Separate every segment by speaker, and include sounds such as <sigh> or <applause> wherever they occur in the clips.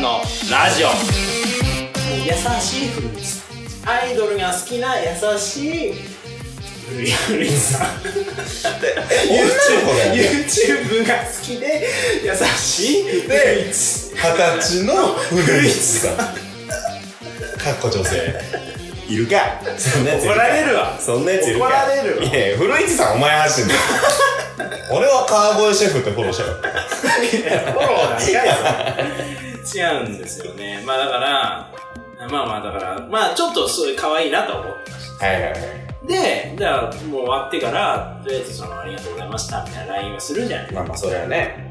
Speaker 1: のラジオ
Speaker 2: 優しい古いさんアイドルが好きな優しい古い古いさん
Speaker 1: 女の子だよね
Speaker 2: YouTube が好きで優しい古
Speaker 1: で
Speaker 2: いさん
Speaker 1: 二十歳の古市さんかっこ女性いるかそんなやつい
Speaker 2: 怒
Speaker 1: るから
Speaker 2: れるわ
Speaker 1: そんなやついるか
Speaker 2: 怒られるわ
Speaker 1: いやいや古市さんお前発信だよ俺は川越シェフってフォローしたよ
Speaker 2: いやフォローなんかいそれ違うんですよねまあだからまあまあだからまあちょっとそういう可愛いなと思ってました
Speaker 1: はいはいはい
Speaker 2: でじゃあもう終わってからとりあえずそのありがとうございましたみたいな LINE をするじゃない
Speaker 1: まあまあそれはね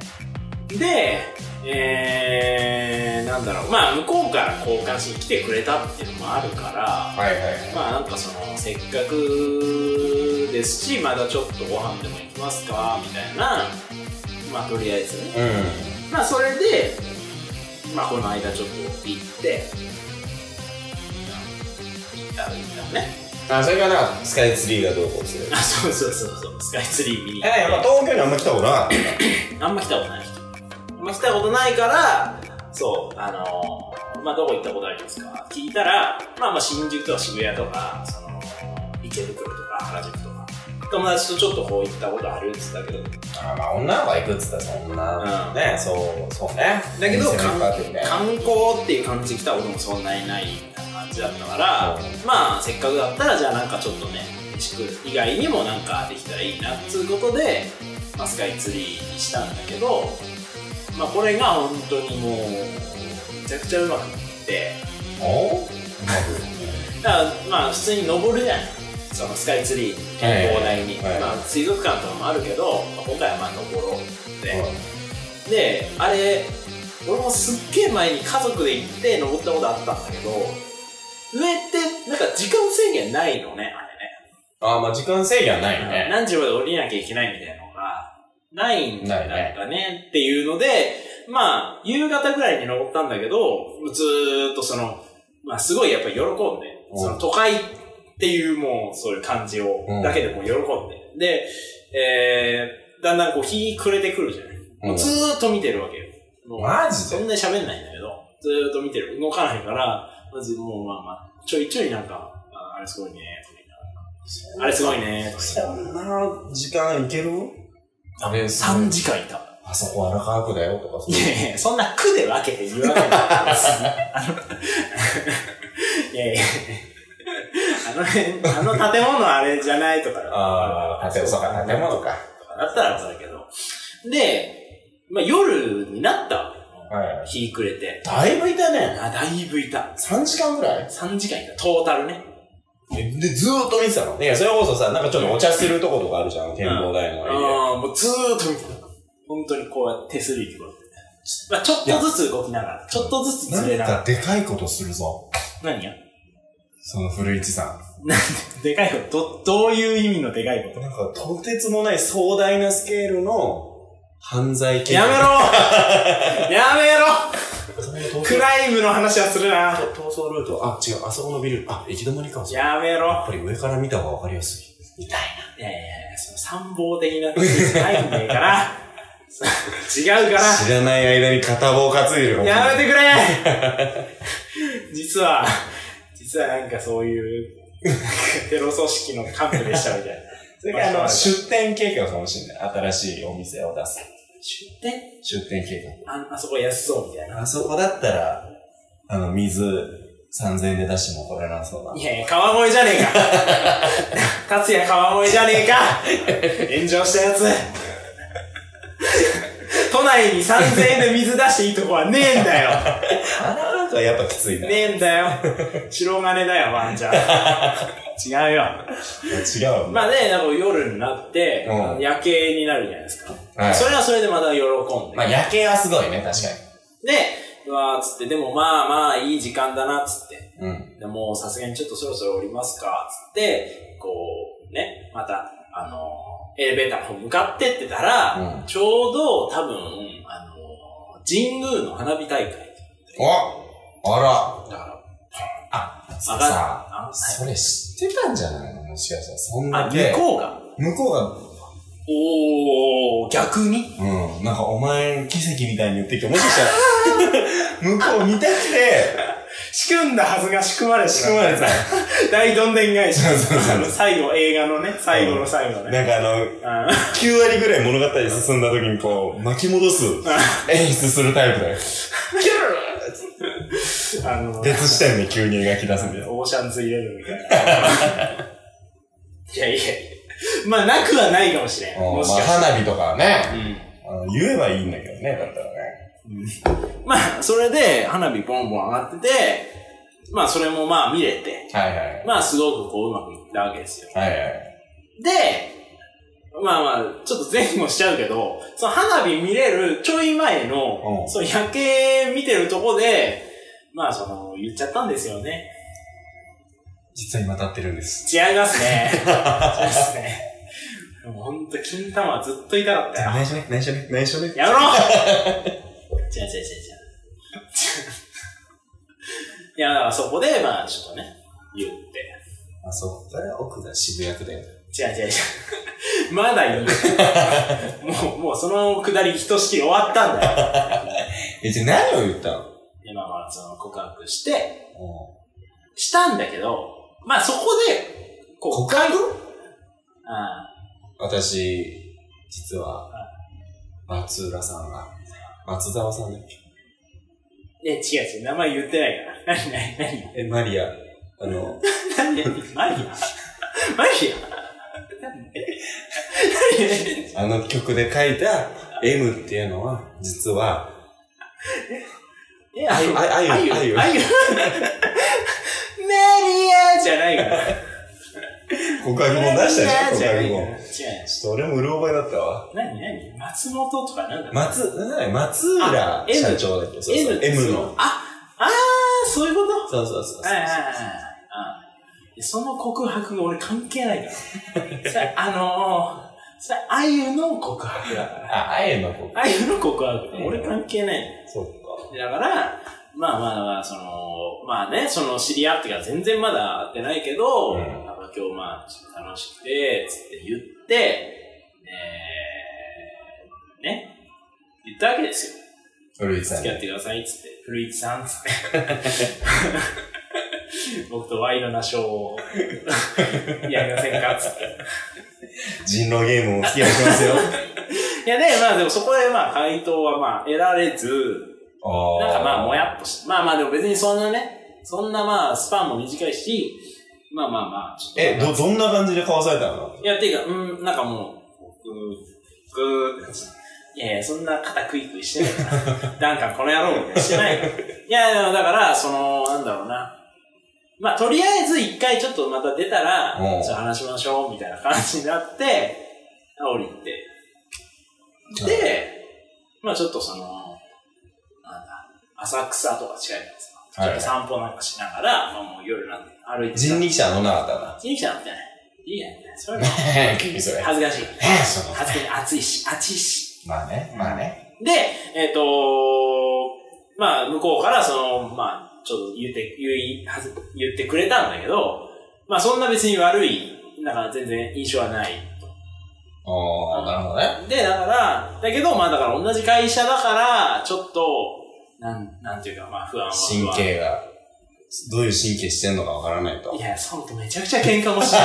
Speaker 2: で、えー、なんだろう、まあ、向こうから交換しに来てくれたっていうのもあるから、
Speaker 1: はいはいはい
Speaker 2: まあ、なんかその、せっかくですし、まだちょっとご飯でも行きますか、みたいな、まあ、とりあえずね。
Speaker 1: う
Speaker 2: まあ、それで、まあ、この間ちょっと行って、行った、行ったね。
Speaker 1: んあそれからなんかスカイツリーがどうこうする
Speaker 2: あ、そうそうそうそう、スカイツリー見に行って。
Speaker 1: えやっぱ東京にあんま来たことなかった
Speaker 2: あんま来たことない人。あんま来たことないから、そう、あのーまあ、どこ行ったことありますか聞いたら、まあまあ新宿とか渋谷とか、その、池袋とか原宿とか、友達とちょっとこう行ったことあるって言ったけど、
Speaker 1: あまあ女の子が行くっつったらそんな、
Speaker 2: うん
Speaker 1: ねそうそうね
Speaker 2: だけど
Speaker 1: 店もいっぱいあってね
Speaker 2: 観光っていう感じで来たこともそんなにないみたいな感じだったから、
Speaker 1: う
Speaker 2: まあせっかくだったらじゃあなんかちょっとね飯食う以外にもなんかできたらいいなっつうことで、まあ、スカイツリーにしたんだけど、まあ、これが本当にもうめちゃくちゃうまくいって
Speaker 1: おう
Speaker 2: だからまあ普通に登るじゃないそのスカイツリー展望台に、
Speaker 1: はいはい
Speaker 2: まあ、水族館とかもあるけど、まあ今回はまあ登ろうって。
Speaker 1: まく
Speaker 2: であれ俺もすっげえ前に家族で行って登ったことあったんだけど上ってなんか時間制限ないのねあ
Speaker 1: あまあ時間制限はな
Speaker 2: れ
Speaker 1: い
Speaker 2: ね
Speaker 1: ね
Speaker 2: 何時まで降りなきゃいけないみたいなのがないんだ
Speaker 1: ない
Speaker 2: ったねっていうのでまあ夕方ぐらいに登ったんだけどずーっとそのまあすごいやっぱり喜んで
Speaker 1: うん
Speaker 2: その都会っていうもうそういう感じを
Speaker 1: うん
Speaker 2: だけでもう喜んででえー、だんだんこう日暮れてくるじゃないもうずーっと見てるわけよ。もう
Speaker 1: マジ
Speaker 2: そ
Speaker 1: で
Speaker 2: んなに喋んないんだけど、ずーっと見てる。動かないから、まずもうまあまあ、ちょいちょいなんか、ああれすごいね、とか言いながらあれすごいね、とか言
Speaker 1: そ
Speaker 2: いながら
Speaker 1: んな時間いけるあれ
Speaker 2: 3時間いた。
Speaker 1: あそこ荒川区だよとか
Speaker 2: いやいや、そんな苦で分けて言うわけないあ <laughs> の、いやいや、あの辺、あの建物あれじゃないとか。
Speaker 1: ああ建物か建物か
Speaker 2: とかだったらそうだけど。で、まあ夜になったわけよ
Speaker 1: はい
Speaker 2: 日暮れて。
Speaker 1: だいぶいたね
Speaker 2: あ、だいぶいた。
Speaker 1: 3時間ぐらい
Speaker 2: 3時間いた。トータルね。
Speaker 1: でずーっと見てたのいやそれこそさなんかちょっとお茶するとことかあるじゃん展望台のあ
Speaker 2: ああ、もうずーっと見てた。本当にこうやって手すりでこうやって。まあ、ちょっとずつ動きながら、ちょっとずつずれながら。
Speaker 1: でかいことするぞ
Speaker 2: 何や
Speaker 1: その古市さん
Speaker 2: でかいこと、ど、どういう意味のでかいこ
Speaker 1: なんか、とてつもない壮大なスケールの犯罪
Speaker 2: とや <laughs> めろやめろ
Speaker 1: ろ
Speaker 2: クライムの話はするな
Speaker 1: 逃走ルート、あ、違う、あそこのビル、あ、行き止まりかもしれない。
Speaker 2: やめ
Speaker 1: や
Speaker 2: ろ
Speaker 1: っぱり上から見た方がわかりやすい。みたい
Speaker 2: いやいやいや、その参謀的な話じゃないんだから。 <laughs> 違うか。
Speaker 1: な。知らない間に片棒担いでるからもしれない
Speaker 2: やめてくれ <laughs> 実は、実はなんかそういう、なんかテロ組織の幹部でしたみ <laughs> たいな。
Speaker 1: それから、あの、出店計画かもしれない。新しいお店を出す。
Speaker 2: 出店
Speaker 1: 出店計
Speaker 2: ああそこ安そうみたいな。
Speaker 1: 画。あそこだったら、あの、水、3000円で出しても怒られなそうな。
Speaker 2: いやいや、川越じゃねえか。達也川越じゃねえか。炎上したやつ。都内に3000円で水出していいとこはねえんだよ。
Speaker 1: あらなんかやっぱきついな。
Speaker 2: ねえんだよ。白金だよ、ワンちゃん。違うよ。
Speaker 1: 違うもんね。
Speaker 2: まあね、なんか夜になって、
Speaker 1: うん
Speaker 2: 夜景になるじゃないですか。
Speaker 1: はい
Speaker 2: それはそれでまた喜んで。
Speaker 1: まあ、夜景はすごいね、確か
Speaker 2: で、うわーっつって、でもまあまあいい時間だなっつって。
Speaker 1: に。うん。
Speaker 2: でもうさすがにちょっとそろそろ降りますか、つって、こう、ね、また、あのーエレベーターの方向かってってたら、
Speaker 1: うん
Speaker 2: ちょうど多分、あのー神宮の花火大会。
Speaker 1: おあら
Speaker 2: だから、
Speaker 1: あ、
Speaker 2: 上が
Speaker 1: さ
Speaker 2: あはい
Speaker 1: それ知ってたんじゃないのもしかしたら、そん
Speaker 2: あ、
Speaker 1: だ
Speaker 2: 向
Speaker 1: け。
Speaker 2: こうが。
Speaker 1: 向こ
Speaker 2: おー、逆に
Speaker 1: うが、うん、なんかお前、奇跡みたいに言ってきて、もしかしたら、向こう見たくて、
Speaker 2: 仕組んだはずが仕組まれ仕
Speaker 1: 仕組
Speaker 2: 組ま
Speaker 1: ま
Speaker 2: れ
Speaker 1: れた。
Speaker 2: 大どんでん返し
Speaker 1: そうそうそう
Speaker 2: あの最後映画のね最後の最後ね、
Speaker 1: なんかあの、
Speaker 2: うん <laughs>
Speaker 1: 9割ぐらい物語進んだ時にこう、巻き戻す、演出するタイプだよ。
Speaker 2: あの
Speaker 1: 別視点で急に描き出すんだよ。
Speaker 2: オーシャンズイレブンみたいな。いやいやいや。まあ、なくはないかもしれん。
Speaker 1: うん
Speaker 2: もし
Speaker 1: まあ
Speaker 2: かしたら。
Speaker 1: 花火とかはね、
Speaker 2: うん
Speaker 1: あの言えばいいんだけどね、だったらね。
Speaker 2: まあ、それで花火ボンボン上がってて、まあ、それもまあ見れて、
Speaker 1: はいはい。
Speaker 2: まあ、すごくこう、うまくいったわけですよ。
Speaker 1: はいはい。
Speaker 2: で、まあまあ、ちょっと前後しちゃうけど、その花火見れるちょい前
Speaker 1: う
Speaker 2: の、
Speaker 1: ん
Speaker 2: その夜景見てるとこで、まあ、その、言っちゃったんですよね。
Speaker 1: 実は今立ってるんです。
Speaker 2: 違いま
Speaker 1: <laughs>
Speaker 2: すね。違いますね。もうほんと、金玉はずっと痛かったよ。
Speaker 1: 内緒ね、内緒ね、内緒ね。
Speaker 2: やめろ違う違う違う違う。 <laughs> いや、だからそこで、まあ、ちょっとね、言って。
Speaker 1: あ、そこから奥が渋谷区だよ。
Speaker 2: 違う違う違う。 <laughs> まだ言う。もう、もうそのくだりひとしきり終わったんだよ。
Speaker 1: え、じゃあ何を言ったの
Speaker 2: で、まあまあ、その告白して、したんだけど、まあそこで、こう、
Speaker 1: 告白
Speaker 2: あ
Speaker 1: 私、実は、松浦さんが、松沢さんね。
Speaker 2: あ、ね、違う違う、名前言ってないから。 <laughs> 何何何
Speaker 1: え、マリア、あの、
Speaker 2: 何何マリアマリア何何
Speaker 1: あの曲で書いた M っていうのは、実は、
Speaker 2: え、あゆ、
Speaker 1: ああゆ
Speaker 2: あゆ、
Speaker 1: あゆ
Speaker 2: あゆ。メリアじゃないから。
Speaker 1: 告白本出したでしょ告白
Speaker 2: 違う
Speaker 1: 本。ちょっと俺もうる覚えだったわ。
Speaker 2: 何何松本とかなんだ
Speaker 1: 松、なんだっけ松浦
Speaker 2: あ M
Speaker 1: 社長だっけそうそう M の。。
Speaker 2: あ、あー、そういうこと
Speaker 1: そうそうそうそう。
Speaker 2: はいはいはいはいうん。その告白が俺関係ないから。それあのー、それあゆの告白だから。
Speaker 1: あ、あえの子。
Speaker 2: あゆの告白、俺関係ない。
Speaker 1: そうか。
Speaker 2: だから、まあまあまあ、その、まあね、その知り合ってから全然まだ会ってないけど、
Speaker 1: うん
Speaker 2: なんか今日まあ、ちょっと楽しくて、つって言って、えー、ね、言ったわけですよ。
Speaker 1: 古市さん
Speaker 2: 付き
Speaker 1: に。
Speaker 2: 合ってください、つって。古市さ
Speaker 1: <laughs>
Speaker 2: ん、つって。僕とワイドなショー
Speaker 1: <laughs>
Speaker 2: をやりませんかつって。
Speaker 1: 人狼ゲームを付き合いします
Speaker 2: <laughs>
Speaker 1: よ。
Speaker 2: いやね、まあでもそこでまあ回答はまあ得られず、
Speaker 1: あ
Speaker 2: なんかまあ、もやっとして。まあまあ、でも別にそんなね、そんなまあ、スパンも短いし、まあまあまあ、ちょっと
Speaker 1: え、ど、どんな感じで交わされたの
Speaker 2: いや、ていうか、うん、なんかもう、ぐー、ぐー、いやいや、そんな肩クイクイしてない
Speaker 1: <laughs>
Speaker 2: から。なんかこの野郎みたいなしてないから。いや、でもだから、その、なんだろうな。まあ、とりあえず一回ちょっとまた出たら、ち
Speaker 1: う
Speaker 2: ょ
Speaker 1: ん
Speaker 2: っと話しましょう、みたいな感じになって、降りて。で、まあちょっとその、なんだ、浅草とか近いからさ、
Speaker 1: はい
Speaker 2: ちょっと散歩なんかしながら、まあもう夜なんで歩いて
Speaker 1: 人力車乗んなかったな。
Speaker 2: 人力車なんてね、いいやん、みたいな。それも
Speaker 1: ねえ、君それ。
Speaker 2: 恥ずかしい。
Speaker 1: ええ、その。
Speaker 2: 恥ずかしい。暑いし、暑いし。
Speaker 1: まあね、まあね。
Speaker 2: で、えっ、とまあ向こうからその、まあちょっと言って、言い、はず言ってくれたんだけど、まあそんな別に悪い、なんか全然印象はないと。
Speaker 1: ああ、なるほどね。
Speaker 2: で、だから、だけど、まあだから同じ会社だから、ちょっと、なん、なんていうか、まあ不安は不安。
Speaker 1: 神経が、どういう神経してんのかわからないと。
Speaker 2: いや、そうとめちゃくちゃ喧嘩もしない。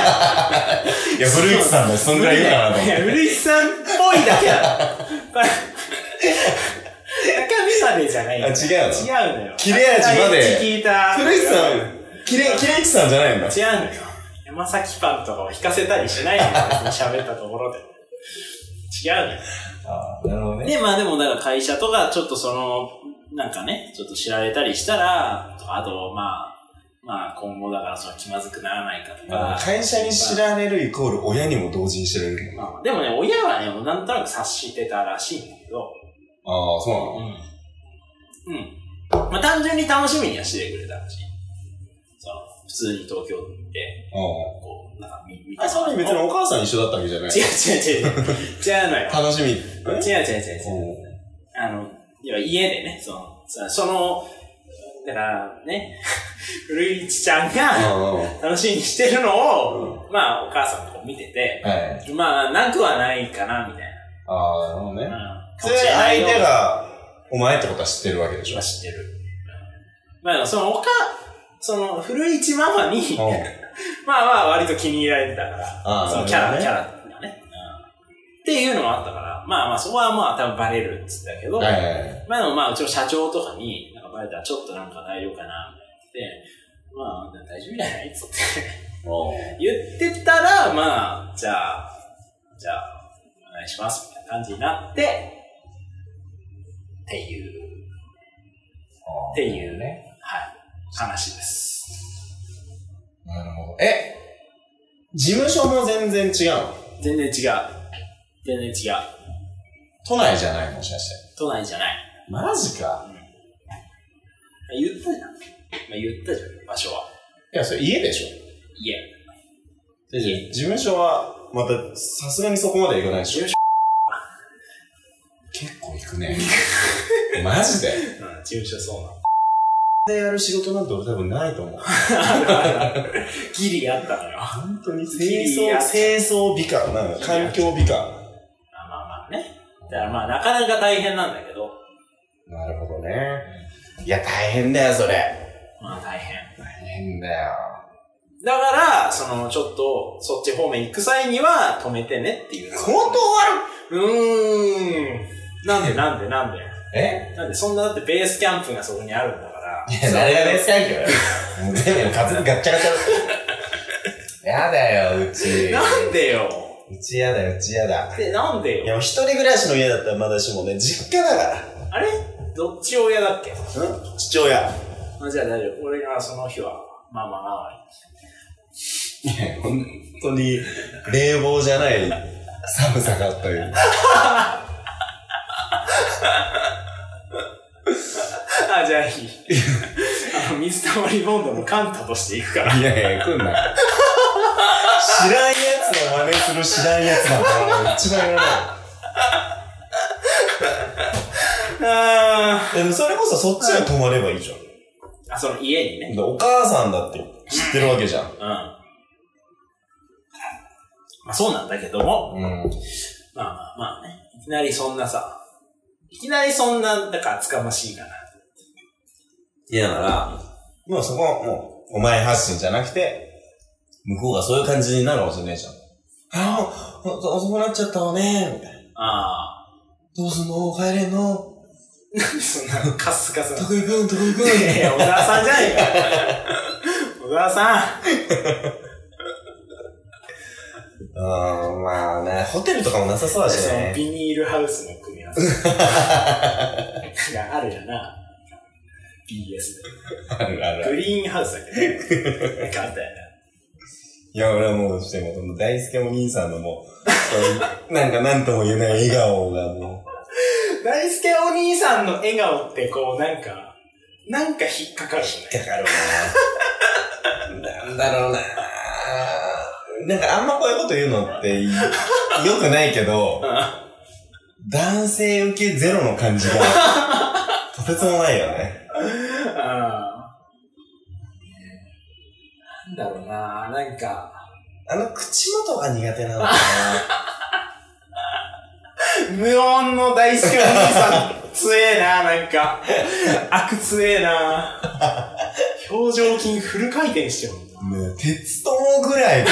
Speaker 1: いや、古市さんも <laughs> そんぐらい言うかなと思っ
Speaker 2: いや、
Speaker 1: て。
Speaker 2: 古市さんっぽいだ
Speaker 1: <laughs>
Speaker 2: けだ。これ中身までじゃない
Speaker 1: あ、違うの
Speaker 2: 違うのよ。
Speaker 1: 切れ味まで
Speaker 2: 中身聞いた。
Speaker 1: 古市さ、
Speaker 2: 違うん
Speaker 1: キレ、キレイチさんじゃないんだ。
Speaker 2: のよ。山崎パンとかを引かせたりしないのよ。別に喋ったところで。違うのよ。
Speaker 1: ああ、なるほどね。
Speaker 2: で、まあでも、だから会社とか、ちょっとその、なんかね、ちょっと知られたりしたら、とかあと、まあ、まあ今後だからその気まずくならないかと
Speaker 1: ま
Speaker 2: か
Speaker 1: あ。会社に知られるイコール親にも同時に知られるもん。
Speaker 2: まあでもね、親はね、もうなんとなく察してたらしいんだけど、
Speaker 1: ああ、そうなの
Speaker 2: うん。うん。まあ単純に楽しみにはしてくれたらしい。その、普通に東京で、こう、なんか見、見
Speaker 1: ああ。あ、それ別にお母さん一緒だったわけじゃない。
Speaker 2: 違う違う違 <laughs> う。違うのよ。
Speaker 1: 楽しみ。
Speaker 2: 違う違う違う違う。
Speaker 1: う
Speaker 2: あの、要は家でね、その、そその、だからね、 <laughs> 古市ちゃん
Speaker 1: ん。
Speaker 2: が
Speaker 1: うん。
Speaker 2: 楽しみにしてるのを、
Speaker 1: うん
Speaker 2: まあお母さんのこう見てて、
Speaker 1: はい。
Speaker 2: まあなくはないかな、みたい
Speaker 1: ああ、なるほどね。
Speaker 2: な。う
Speaker 1: そ
Speaker 2: ん。
Speaker 1: れ相手が、お前ってことは知ってるわけでしょ
Speaker 2: 今知ってる。まあ、その、おか、その、古市ママに、
Speaker 1: うん
Speaker 2: まあまあ、割と気に入られてたから、
Speaker 1: あー
Speaker 2: そのキャラ、
Speaker 1: なるほどね
Speaker 2: キャラがね、うんっていうのもあったから、まあまあ、そこはまあ、多分バレるって言ってたけど、
Speaker 1: はいはいはい。
Speaker 2: まあでもまあ、うちの社長とかに、なんかバレたらちょっとなんか大丈夫かな、みたいな言ってて、まあ、大丈夫じゃないっつって <laughs>
Speaker 1: う
Speaker 2: 言ってたら、まあ、じゃあ、じゃあ、お願いします、みたいな感じになって、っていう、
Speaker 1: ん
Speaker 2: っていうね。はい、話です。
Speaker 1: なるほど。え、事務所も全然違うの
Speaker 2: 全然違う。全然違う。
Speaker 1: 都内じゃないもしかして。
Speaker 2: 都内じゃない。
Speaker 1: マジか。
Speaker 2: 言ったじゃん。まあ、言ったじゃん、場所は。
Speaker 1: いや、それ家でしょ。
Speaker 2: 家。
Speaker 1: で事務所は、また、さすがにそこまで行かないでしょ。
Speaker 2: 事務
Speaker 1: 結構行くね。 <laughs> マジで。
Speaker 2: うん、事務所そうなの。
Speaker 1: でやる仕事なんて俺多分ないと思う。
Speaker 2: ギリあったのよ。
Speaker 1: 本当に
Speaker 2: 清
Speaker 1: 清
Speaker 2: 掃
Speaker 1: 掃、清掃美化。なんか環境美化。
Speaker 2: まあまあまあね。だからまあ、なかなか大変なんだけど。
Speaker 1: なるほどね。いや、大変だよ、それ。
Speaker 2: まあ大変。
Speaker 1: 大変だよ。
Speaker 2: だから、その、ちょっと、そっち方面行く際には、止めてねっていう。
Speaker 1: 断
Speaker 2: うーん。なんでなんでなんで
Speaker 1: るえ
Speaker 2: なんで、そんなだってベースキャンプがそこにあるんだから。
Speaker 1: いや、誰がベースキャンプよ。もう全部ガツガッチャガチャ。やだよ、うち。
Speaker 2: なんでよ。
Speaker 1: うちやだよ、うちやだ。
Speaker 2: で、なんで
Speaker 1: い
Speaker 2: よ。
Speaker 1: や、もう一人暮らしの家だったらまだしもね、実家だか
Speaker 2: あれどっち親だっけ
Speaker 1: ら。うん父親。
Speaker 2: あじゃあ大丈夫。俺がその日は、まあまあまあ、
Speaker 1: いや、本当に、冷房じゃない寒さがあったよ。
Speaker 2: あ、じゃあいい。 <laughs> あの、水溜りボンドのカンタとしていくから。
Speaker 1: いやいや、来んな。知らんやつの真似する知らんやつなんだ一番やら
Speaker 2: あ
Speaker 1: ない。でもそれこそそっちが泊まればいいじゃん。
Speaker 2: ーあ、その家にね。
Speaker 1: でお母さんだって知ってるわけじゃん。
Speaker 2: うん。まあそうなんだけども、
Speaker 1: うん。
Speaker 2: まあまあまあね。いきなりそんなさ、いきなりそんな、だから厚かましいかな。
Speaker 1: いやだから、もうそこはもう、お前発信じゃなくて、向こうがそういう感じになるかもしれないじゃん。ああ、遅遅くなっちゃったわね、みたいな。
Speaker 2: ああ。
Speaker 1: どうすんの帰れんの
Speaker 2: なんでそんなカスカスな。
Speaker 1: どこ行くんどこ行くん
Speaker 2: い
Speaker 1: <laughs>
Speaker 2: やいや、 <laughs> 小沢さんじゃないか。小沢さん。
Speaker 1: あーまあね、ホテルとかもなさそうだし
Speaker 2: その
Speaker 1: ね。
Speaker 2: ビニールハウスの組み <laughs> 合わせ。なんかあるよな。BS で。
Speaker 1: あるある。
Speaker 2: グリーンハウスだっ <laughs> けど。なんかあったよね。
Speaker 1: いや、俺はもう、しても、その大輔お兄さんのもう、そういうなんかなんとも言えない笑顔がも
Speaker 2: 大輔お兄さんの笑顔ってこう、なんか、なんか引っかかるよ
Speaker 1: う、
Speaker 2: ね。
Speaker 1: かかるな。なんだろうな。なんかあんまこういうこと言うのっていい、良くないけど、男性受けゼロの感じが、 <laughs> とてつもないよね。
Speaker 2: うん。なんだろうななんか、
Speaker 1: あの、口元が苦手なのか
Speaker 2: 無音の大輔お兄さん、つえななんか、悪つえな表情筋フル回転してるもんな。
Speaker 1: な。ね鉄友ぐらい顔が。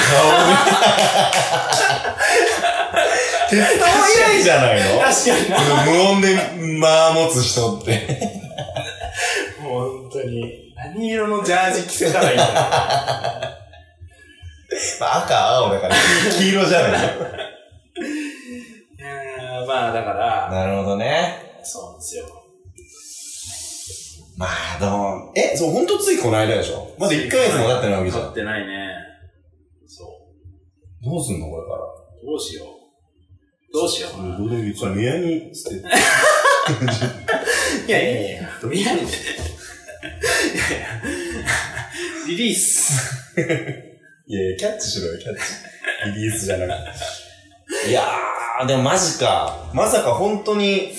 Speaker 1: 鉄友以来じゃないの
Speaker 2: 確かにな。
Speaker 1: 無音で間持つ人って。
Speaker 2: もう本当に、何色のジャージ着せたらいいんだ
Speaker 1: 赤、青だから、黄色じゃないの。
Speaker 2: ろううんまあだから、
Speaker 1: なるほどね。
Speaker 2: そうなんですよ。
Speaker 1: まあ、でも、え、そう、ほんとついこの間でしょまだ1ヶ月も経ってないわけじゃ
Speaker 2: 買っ
Speaker 1: ん。
Speaker 2: てないね。そ
Speaker 1: どうすんのこれから。
Speaker 2: う。どうしよう。どうしよう。
Speaker 1: どれじゃあ、宮に捨てて。
Speaker 2: いやいやいや、見られて。いやいや、リリース。
Speaker 1: いやいや、キャッチしろよ、キャッチ。リリースじゃなくて。いやー、でもマジか。まさか本当に、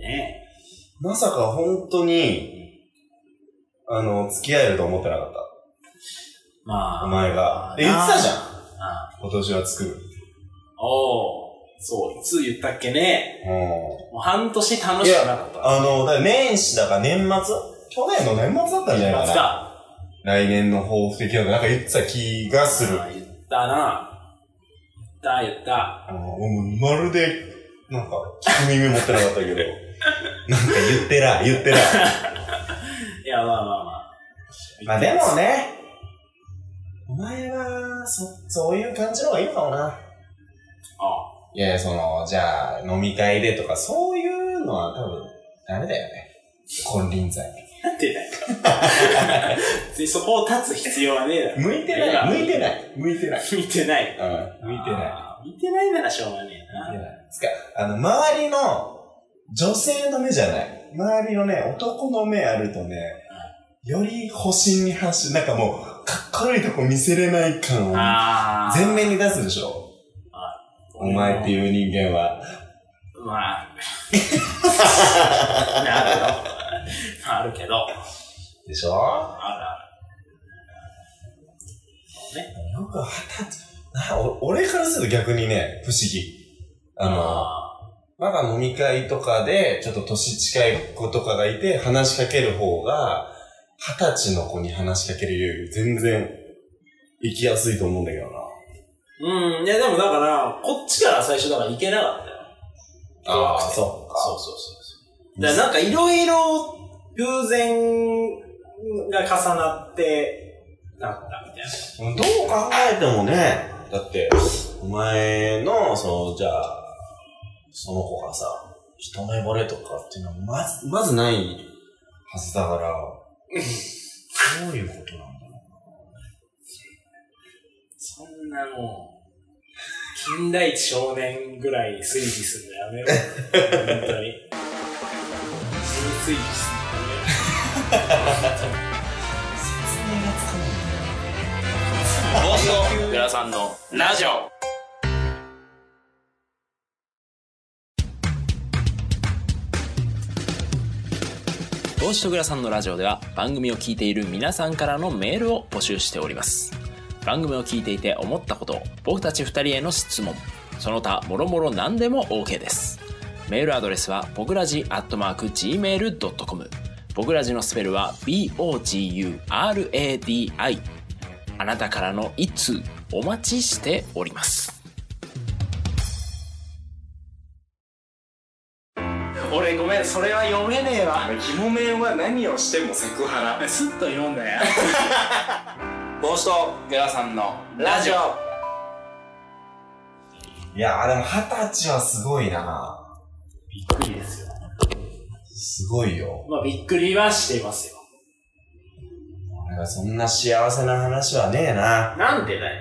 Speaker 2: ね
Speaker 1: まさか本当に、あの、付き合えると思ってなかった。
Speaker 2: まあ。
Speaker 1: お前が。え、言ってたじゃん。今年は作る。
Speaker 2: おおそう、いつ言ったっけね。
Speaker 1: うん。
Speaker 2: もう半年楽しくなかった。
Speaker 1: あの、だから年始だから年末去年の年末だったんじゃないかな。
Speaker 2: か。
Speaker 1: 来年の抱負的なのなんか言ってた気がする。
Speaker 2: あー言ったな。言った、言った。
Speaker 1: あの、うんまるで、なんか、聞く耳持ってなかったけ <laughs> ど、なんか言ってら、言ってら。
Speaker 2: いや、まあまあまあ。
Speaker 1: まあでもね、お前は、そ、そういう感じの方がいいのかもな。
Speaker 2: あ
Speaker 1: いやいや、その、じゃあ、飲み会でとか、そういうのは多分、ダメだよね。金輪際。
Speaker 2: あ。なんてな
Speaker 1: <laughs>
Speaker 2: んか。別にそこを立つ必要はねえだろ。
Speaker 1: 向いてない、向いてない、向いてない。
Speaker 2: <laughs> 見てない。
Speaker 1: うん、向いてない。
Speaker 2: い。見てないならしょうがねえな。
Speaker 1: つか、あの、周りの女性の目じゃない。周りのね、男の目あるとね、より保身に発し、なんかもう、かっこいいとこ見せれない感を
Speaker 2: ああ。
Speaker 1: 全面に出すでしょ。お前って
Speaker 2: う。
Speaker 1: いう人間は。
Speaker 2: ま
Speaker 1: <laughs>
Speaker 2: あ。なるほど。まああるけど。
Speaker 1: でしょ
Speaker 2: あるある。そうね。
Speaker 1: よくはたなお俺からすると逆にね、不思議。あの、
Speaker 2: あ
Speaker 1: まだ飲み会とかで、ちょっと年近い子とかがいて、話しかける方が、二十歳の子に話しかけるより全然、行きやすいと思うんだけどな。
Speaker 2: ーうん。いや、でもだから、こっちから最初だから行けなかったよ。
Speaker 1: ああ、
Speaker 2: 怖くて
Speaker 1: そう
Speaker 2: そう
Speaker 1: か。
Speaker 2: そうそうそう。だからなんかいろいろ偶然が重なって、なったみたいな。
Speaker 1: どう考えてもね、だって、お前の、その、じゃあ、その子がさ、一目惚れとかっていうのは、まず、まずないはずだから、どういうことなんだろ
Speaker 2: そんなもう、金田一少年ぐらい推理するのやめろ。本当に。推理す
Speaker 1: う。説明がつかないんだよ。
Speaker 2: るのやめろ。ラさんのラジオ帽子とグラさんのラジオでは番組を聞いている皆さんからのメールを募集しております番組を聞いていて思ったことを僕たち2人への質問その他もろもろ何でも OK ですメールアドレスは僕らじ gmail.com 僕らじのスペルは BOGURADI あなたからの一通お待ちしております俺ごめんそれは読めねえわ
Speaker 1: ひもめんは何をしてもセクハラ。
Speaker 2: スッと読んだよ帽子とグラさんのラジオ
Speaker 1: いやー、でも二十歳はすごいな
Speaker 2: びっくりですよ
Speaker 1: すごいよ。
Speaker 2: まあびっくりはしていますよ
Speaker 1: 俺はそんな幸せな話はねえな
Speaker 2: なんでだよ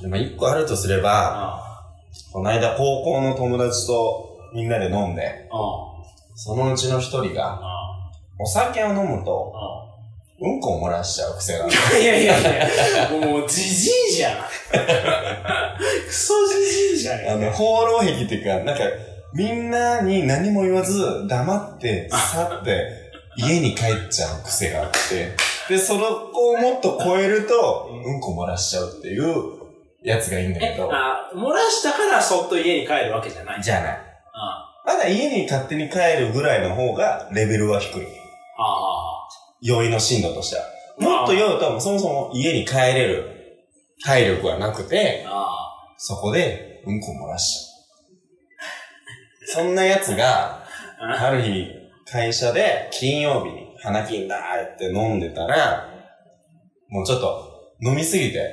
Speaker 1: でも一個あるとすれば、
Speaker 2: あ
Speaker 1: この間高校の友達とみんなで飲んで、
Speaker 2: ああ
Speaker 1: そのうちの一人が、
Speaker 2: あ
Speaker 1: お酒を飲むと、
Speaker 2: あ
Speaker 1: うんこを漏らしちゃう癖がある。
Speaker 2: あいやいやいやもうじじい <laughs> じゃんクソじじいじゃ
Speaker 1: あ
Speaker 2: ん
Speaker 1: の、放浪癖っていうか、なんか、みんなに何も言わず、黙って、去って、家に帰っちゃう癖があって、で、その子をもっと超えると、うんこ漏らしちゃうっていうやつがいいんだけ
Speaker 2: え
Speaker 1: ど、
Speaker 2: あ漏らしたからそっと家に帰るわけじゃない
Speaker 1: じゃない。
Speaker 2: あ
Speaker 1: まだ家に勝手に帰るぐらいの方が、レベルは低い。
Speaker 2: ああ
Speaker 1: 酔いの深度としては。もっと酔うと、そもそも家に帰れる体力はなくて、
Speaker 2: あ
Speaker 1: そこで、うんこ漏らしちゃう。そんな奴が、
Speaker 2: あ
Speaker 1: ある日、会社で金曜日に花金だーって飲んでたら、もうちょっと飲みすぎて、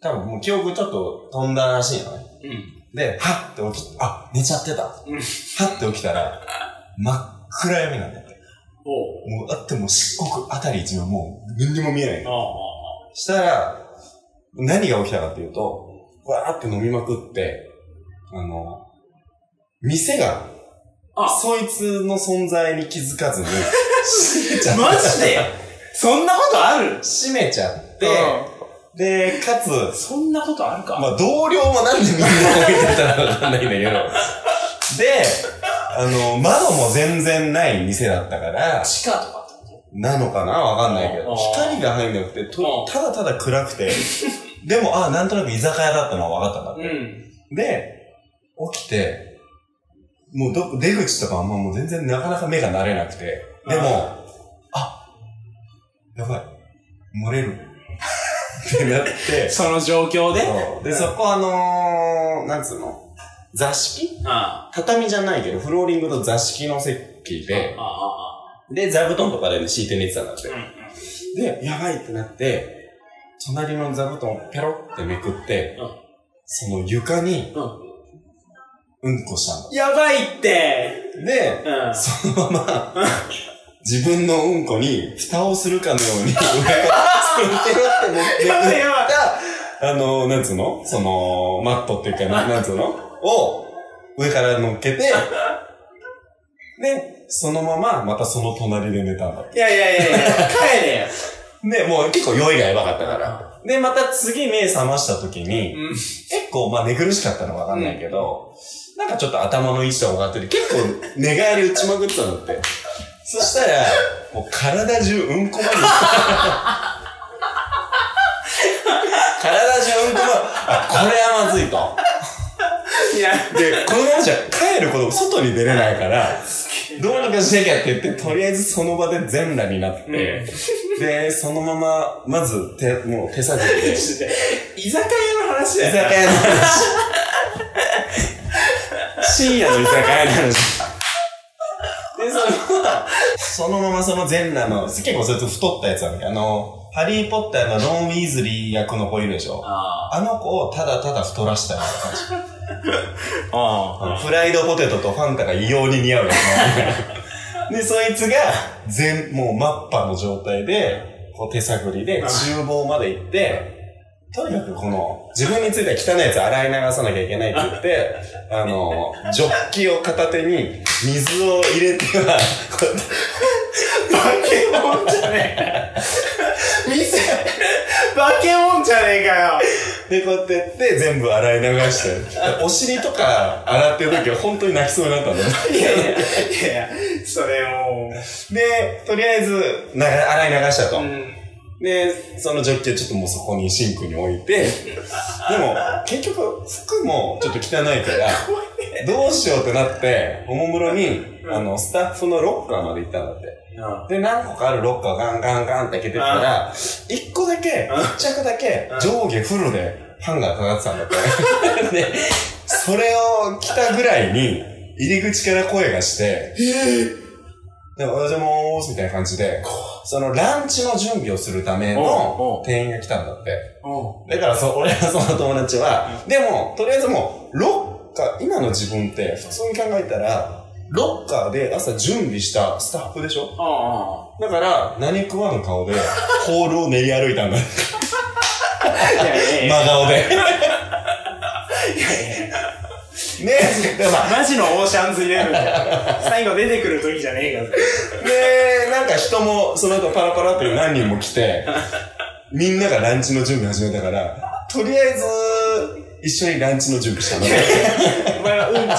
Speaker 1: 多分もう記憶ちょっと飛んだらしいのね。
Speaker 2: うん
Speaker 1: で、はって起き、あ、寝ちゃってた。は
Speaker 2: うん
Speaker 1: って起きたら、真っ暗闇なんだって。
Speaker 2: おう
Speaker 1: もう、あってもう漆黒あたり一面もう何にも見えない
Speaker 2: あ。ああ
Speaker 1: したら、何が起きたかっていうと、わーって飲みまくって、あの、店が、
Speaker 2: ああ
Speaker 1: そいつの存在に気づかずに、閉めちゃって、
Speaker 2: マジでそんなことある
Speaker 1: 閉めちゃって、
Speaker 2: う
Speaker 1: で、かつ、
Speaker 2: んそんなことあるか、
Speaker 1: まあ、同僚もなんでみんな置いてたのかわかんないんだけど、で、あの、窓も全然ない店だったから、
Speaker 2: 地下とかってこ
Speaker 1: なのかなわかんないけ
Speaker 2: あ
Speaker 1: ど、
Speaker 2: ー
Speaker 1: 光が入んなくて、と
Speaker 2: あ
Speaker 1: ただただ暗くて、でも、あ、なんとなく居酒屋だったのは分かったん
Speaker 2: と
Speaker 1: だ
Speaker 2: う
Speaker 1: って。
Speaker 2: ん。
Speaker 1: で、起きて、もうど、出口とかはもう全然なかなか目が慣れなくて、でも、やばい。漏れる。ってなって、
Speaker 2: その状況で。
Speaker 1: そうで、そこあのー、なんつうの座敷
Speaker 2: あ
Speaker 1: 畳じゃないけど、フローリングと座敷の席
Speaker 2: あ。
Speaker 1: で、
Speaker 2: ああ。ああ。
Speaker 1: で、座布団とかで敷いて寝てたんだって
Speaker 2: うん。。うん
Speaker 1: で、やばいってなって、隣の座布団をペロってめくって、
Speaker 2: うん
Speaker 1: その床に
Speaker 2: うん。
Speaker 1: うんこしたの。
Speaker 2: やばいって
Speaker 1: で、
Speaker 2: うん。あ
Speaker 1: そのまま、自分のうんこに蓋を <laughs> するかのように、上から、そのペロって持って
Speaker 2: やばいやばい
Speaker 1: った、あの、なんつうのその、マットっていうか、ななんつうのを、上から乗っけて、で、そのまま、またその隣で寝たんだ。
Speaker 2: やいやいやいや、帰れよ。
Speaker 1: で、もう結構酔いがやばかったから。で、また次目覚ました時に、
Speaker 2: うん
Speaker 1: 結構、まあ寝苦しかったのはわかんないけど、なんかちょっと頭の位置とかがあってて、結構寝返り打ちまくってたんだって。そしたら、もう体中うんこまみれ。体中うんこまみれ。あ、これはまずいと。
Speaker 2: いや、
Speaker 1: で、このままじゃ帰ること、外に出れないから、どうにかしなきゃって言って、とりあえずその場で全裸になって、
Speaker 2: うん
Speaker 1: で、そのまま、まず手、もう手探りで、居
Speaker 2: 居酒屋の話だ
Speaker 1: 酒屋
Speaker 2: よ。
Speaker 1: の <laughs> 話。深夜の居酒屋の話。で、そのま <laughs> ま、そのままその全裸の、結構それと太ったやつなんだけど、あの、ハリーポッターのロン・ウィーズリー役の子いるでしょ。
Speaker 2: あ
Speaker 1: あの子をただただ太らしたような感じ。
Speaker 2: あ。あ
Speaker 1: フライドポテトとファンタが異様に似合うよね。 <laughs> で、そいつが、全、もうマッパの状態で、こう手探りで
Speaker 2: うん
Speaker 1: 厨房まで行って、とにかくこの、自分については汚いやつ洗い流さなきゃいけないって言って、あの、ジョッキを片手に水を入れては、こうやって
Speaker 2: バケモンじゃねえ。見せ、バケモンじゃねえかよ。
Speaker 1: で、こうやってやって全部洗い流して、お尻とか洗ってる時は本当に泣きそうになったんだよ。
Speaker 2: いやいや、いやいや、それも
Speaker 1: で、とりあえず、なが洗い流したと。
Speaker 2: う、うん。
Speaker 1: で、そのジョッキをちょっともうそこにシンクに置いて、でも、結局、服もちょっと汚いから、どうしようってなって、おもむろに、あの、スタッフのロッカーまで行ったんだって。で、何個かあるロッカーガンガンガンって開けてったら、一個だけ、
Speaker 2: うん
Speaker 1: 一着だけ
Speaker 2: うん、
Speaker 1: 上下フルでハンガーかかってたんだって。 <laughs> で、それを着たぐらいに、入り口から声がして、で、おはようございます、みたいな感じで、そのランチの準備をするため
Speaker 2: おうお
Speaker 1: の
Speaker 2: う
Speaker 1: 店員が来たんだって。
Speaker 2: お
Speaker 1: だからそう、俺はその友達は、でも、とりあえずもう、ロッカー、今の自分って普通に考えたら、ロッカーで朝準備したスタッフでしょ
Speaker 2: あ
Speaker 1: だから、何食わぬ顔で、ホールを練り歩いたんだ。
Speaker 2: あ。いやいや
Speaker 1: 真顔で。
Speaker 2: いやいや。
Speaker 1: ね、でもまあ
Speaker 2: マジのオーシャンズイレブンじゃん。最後出てくる時じゃねえ
Speaker 1: で、
Speaker 2: か
Speaker 1: なんか人も、その後パラパラって何人も来て、みんながランチの準備始めたから、とりあえず、一緒にランチの準備したの。
Speaker 2: <laughs> お前はうんちだよ。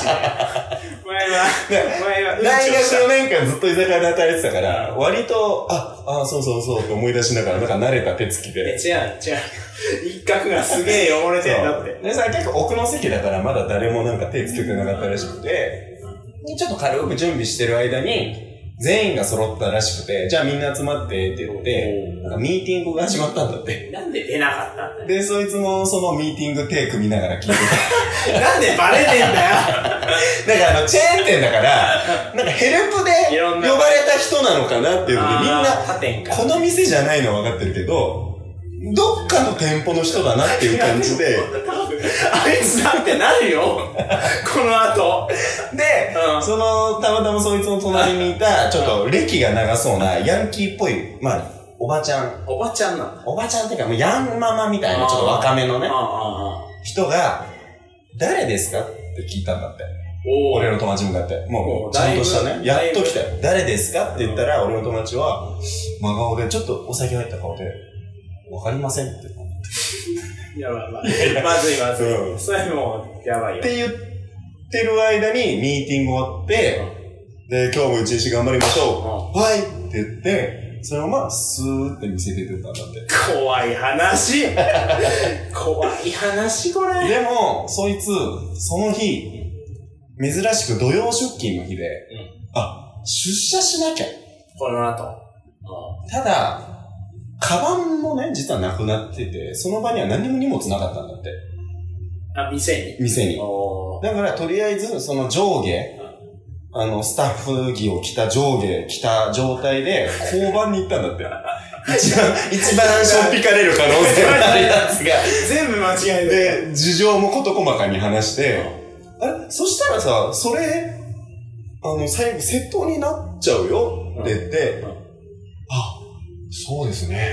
Speaker 2: お前は、お前はうんちを
Speaker 1: 大学
Speaker 2: した
Speaker 1: 4年間ずっと居酒屋で働いてたから、割と、あ、あそうそうそうって思い出しながら、なんか慣れた手つき
Speaker 2: え
Speaker 1: で。
Speaker 2: 違う違う。一角がすげえ汚れてんだっ
Speaker 1: そう
Speaker 2: て。
Speaker 1: でさ、結構奥の席だからまだ誰もなんか手つけてなかったらしくて、ちょっと軽く準備してる間に、全員が揃ったらしくて、じゃあみんな集まってって言って、なんかミーティングが始まったんだって。
Speaker 2: なんで出なかったんだよ。
Speaker 1: で、そいつもそのミーティングテイク見ながら聞いてた。
Speaker 2: なんでバレてんだよ。
Speaker 1: なんかあの、チェーン店だから、なんかヘルプ
Speaker 2: い
Speaker 1: で
Speaker 2: ろ
Speaker 1: 呼
Speaker 2: ん
Speaker 1: ば
Speaker 2: な
Speaker 1: れた人なのかなっていうので、みんな、
Speaker 2: 他店か。
Speaker 1: この店じゃないのは分かってるけど、どっかの店舗の人だなっていう感じで、
Speaker 2: あいつだってなるよ。この後。
Speaker 1: で、
Speaker 2: うん
Speaker 1: その、たまたまそいつの隣にいた、ちょっと歴が長そうな、ヤンキーっぽい、まあ、おばちゃん。
Speaker 2: おばちゃんなの。
Speaker 1: おばちゃんっていうか、もうヤンママみたいな、ちょっと若めのね、
Speaker 2: ああ。
Speaker 1: 人が、誰ですかって聞いたんだって。
Speaker 2: お
Speaker 1: 俺
Speaker 2: お。
Speaker 1: の友達に向かって。
Speaker 2: お
Speaker 1: も
Speaker 2: う
Speaker 1: う、ちゃんとしたね。や
Speaker 2: だいぶ
Speaker 1: っと来たよ。誰ですかって言ったら、俺の友達は、真顔で、ちょっとお酒入った顔で、わかりませんって言ったの。
Speaker 2: やばいまずい。まずいまず
Speaker 1: う
Speaker 2: い。
Speaker 1: ん
Speaker 2: それもう、やばい
Speaker 1: っ
Speaker 2: よ。
Speaker 1: て言ってる間に、ミーティング終わって、で、今日も一日頑張りましょう。はいって言って、そのまま、スーって店出てったんだって。
Speaker 2: 怖い話。怖い話、これ。
Speaker 1: でも、そいつ、その日、珍しく土曜出勤の日で、
Speaker 2: ん
Speaker 1: あ、出社しなきゃ。
Speaker 2: この後。
Speaker 1: ただ、カバンもね、実はなくなってて、その場には何にも荷物なかったんだって。
Speaker 2: あ、店に。
Speaker 1: 店に。
Speaker 2: おー
Speaker 1: だから、とりあえず、その上下、あの、スタッフ着を着た上下着た状態で、交番に行ったんだって。一番、一番しょっぴかれる可能性のあるやつが。
Speaker 2: 全部間違えて。
Speaker 1: で、事情も事細かに話して、あれそしたらさ、それ、あの、最後、窃盗になっちゃうよって言って、
Speaker 2: うんうん
Speaker 1: あ、そうですね。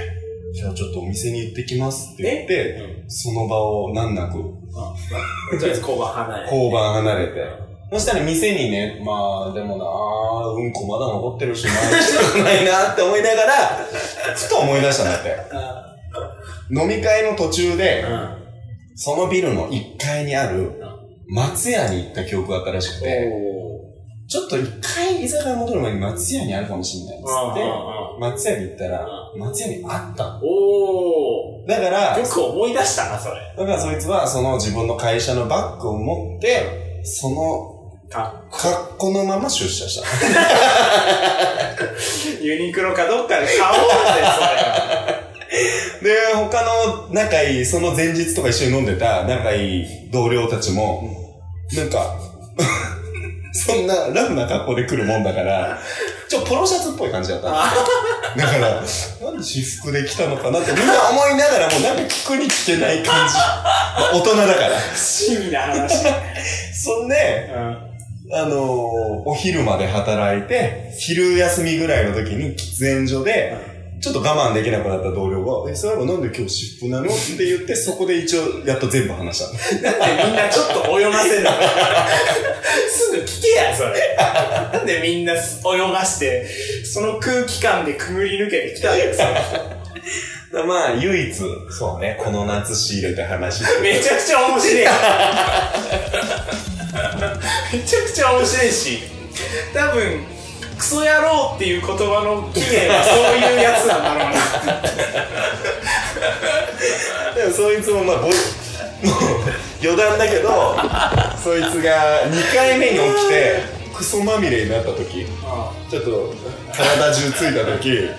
Speaker 1: じゃあちょっとお店に行ってきますって言って、その場を難なく、
Speaker 2: うんとりあえず交番離れ。
Speaker 1: 交番離れて。そしたら店にね、まあでもなあ、うんこまだ残ってるし、ま <laughs> あ、したくないなって思いながら、ふと思い出したんだって。
Speaker 2: あ
Speaker 1: 飲み会の途中で、
Speaker 2: ー
Speaker 1: そのビルの1階にある
Speaker 2: うん、
Speaker 1: 松屋に行った記憶があったらしくて、
Speaker 2: お
Speaker 1: ちょっと1階居酒屋戻る前に松屋にあるかもしれないっつ
Speaker 2: ー
Speaker 1: って、松屋に行ったら
Speaker 2: う、
Speaker 1: 松屋にあった。
Speaker 2: お
Speaker 1: だから
Speaker 2: ー。、よく思い出したな、それ。
Speaker 1: だからそいつはその自分の会社のバッグを持って、その
Speaker 2: か
Speaker 1: 格好のまま出社した。
Speaker 2: ユニクロかどっかで買おうぜ、
Speaker 1: で、他の仲いい、その前日とか一緒に飲んでた仲いい同僚たちも、なんか、 <laughs> そんなラフな格好で来るもんだから、ちょ、ポロシャツっぽい感じだった。だから、なんで私服で来たのかなってみんな思いながらもうなんか聞くに聞けない感じ。まあ大人だから。 <laughs>
Speaker 2: それ。不思議な話。
Speaker 1: そんで、
Speaker 2: うん
Speaker 1: あのーお昼まで働いて、昼休みぐらいの時に喫煙所で、ちょっと我慢できなくなった同僚が、え、そういえばなんで今日私服なのって言って、そこで一応、やっと全部話した。
Speaker 2: なんでみんなちょっと泳がせんの <laughs> すぐ聞けや、それ。なんでみんな泳がして、その空気感でくぐり抜けてきたんですよ。
Speaker 1: だまあ、唯一、そうね、この夏仕入れて話して
Speaker 2: めちゃくちゃ面白い。めちゃくちゃ面白いし、多分、クソ野郎っていう言葉の起源はそういうやつなんだ <laughs> ろう
Speaker 1: <laughs>
Speaker 2: な。
Speaker 1: でもそいつもまあボイもう余談だけどそいつが2回目に起きてクソまみれになった時ちょっと体中ついた時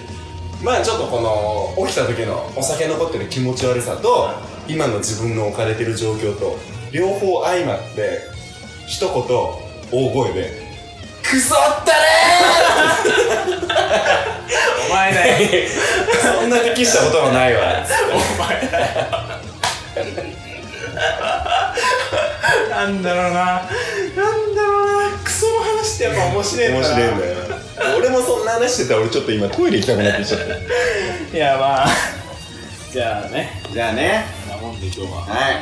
Speaker 1: まあちょっとこの起きた時のお酒残ってる気持ち悪さと今の自分の置かれてる状況と両方相まって一言大声で「クソったれ
Speaker 2: お前だよ。
Speaker 1: ー!」そんな適したこともないわ
Speaker 2: お前だよ。なんだろうな。なんだろうな。クソの話ってやっぱ面白いん
Speaker 1: <laughs> 面
Speaker 2: だな。
Speaker 1: 白いんだよ <laughs> 俺もそんな話してたら俺ちょっと今トイレ行きたくなってきちゃった
Speaker 2: いや、まあ。じゃあね、
Speaker 1: じゃあね
Speaker 2: こんなもんで今日は。
Speaker 1: はい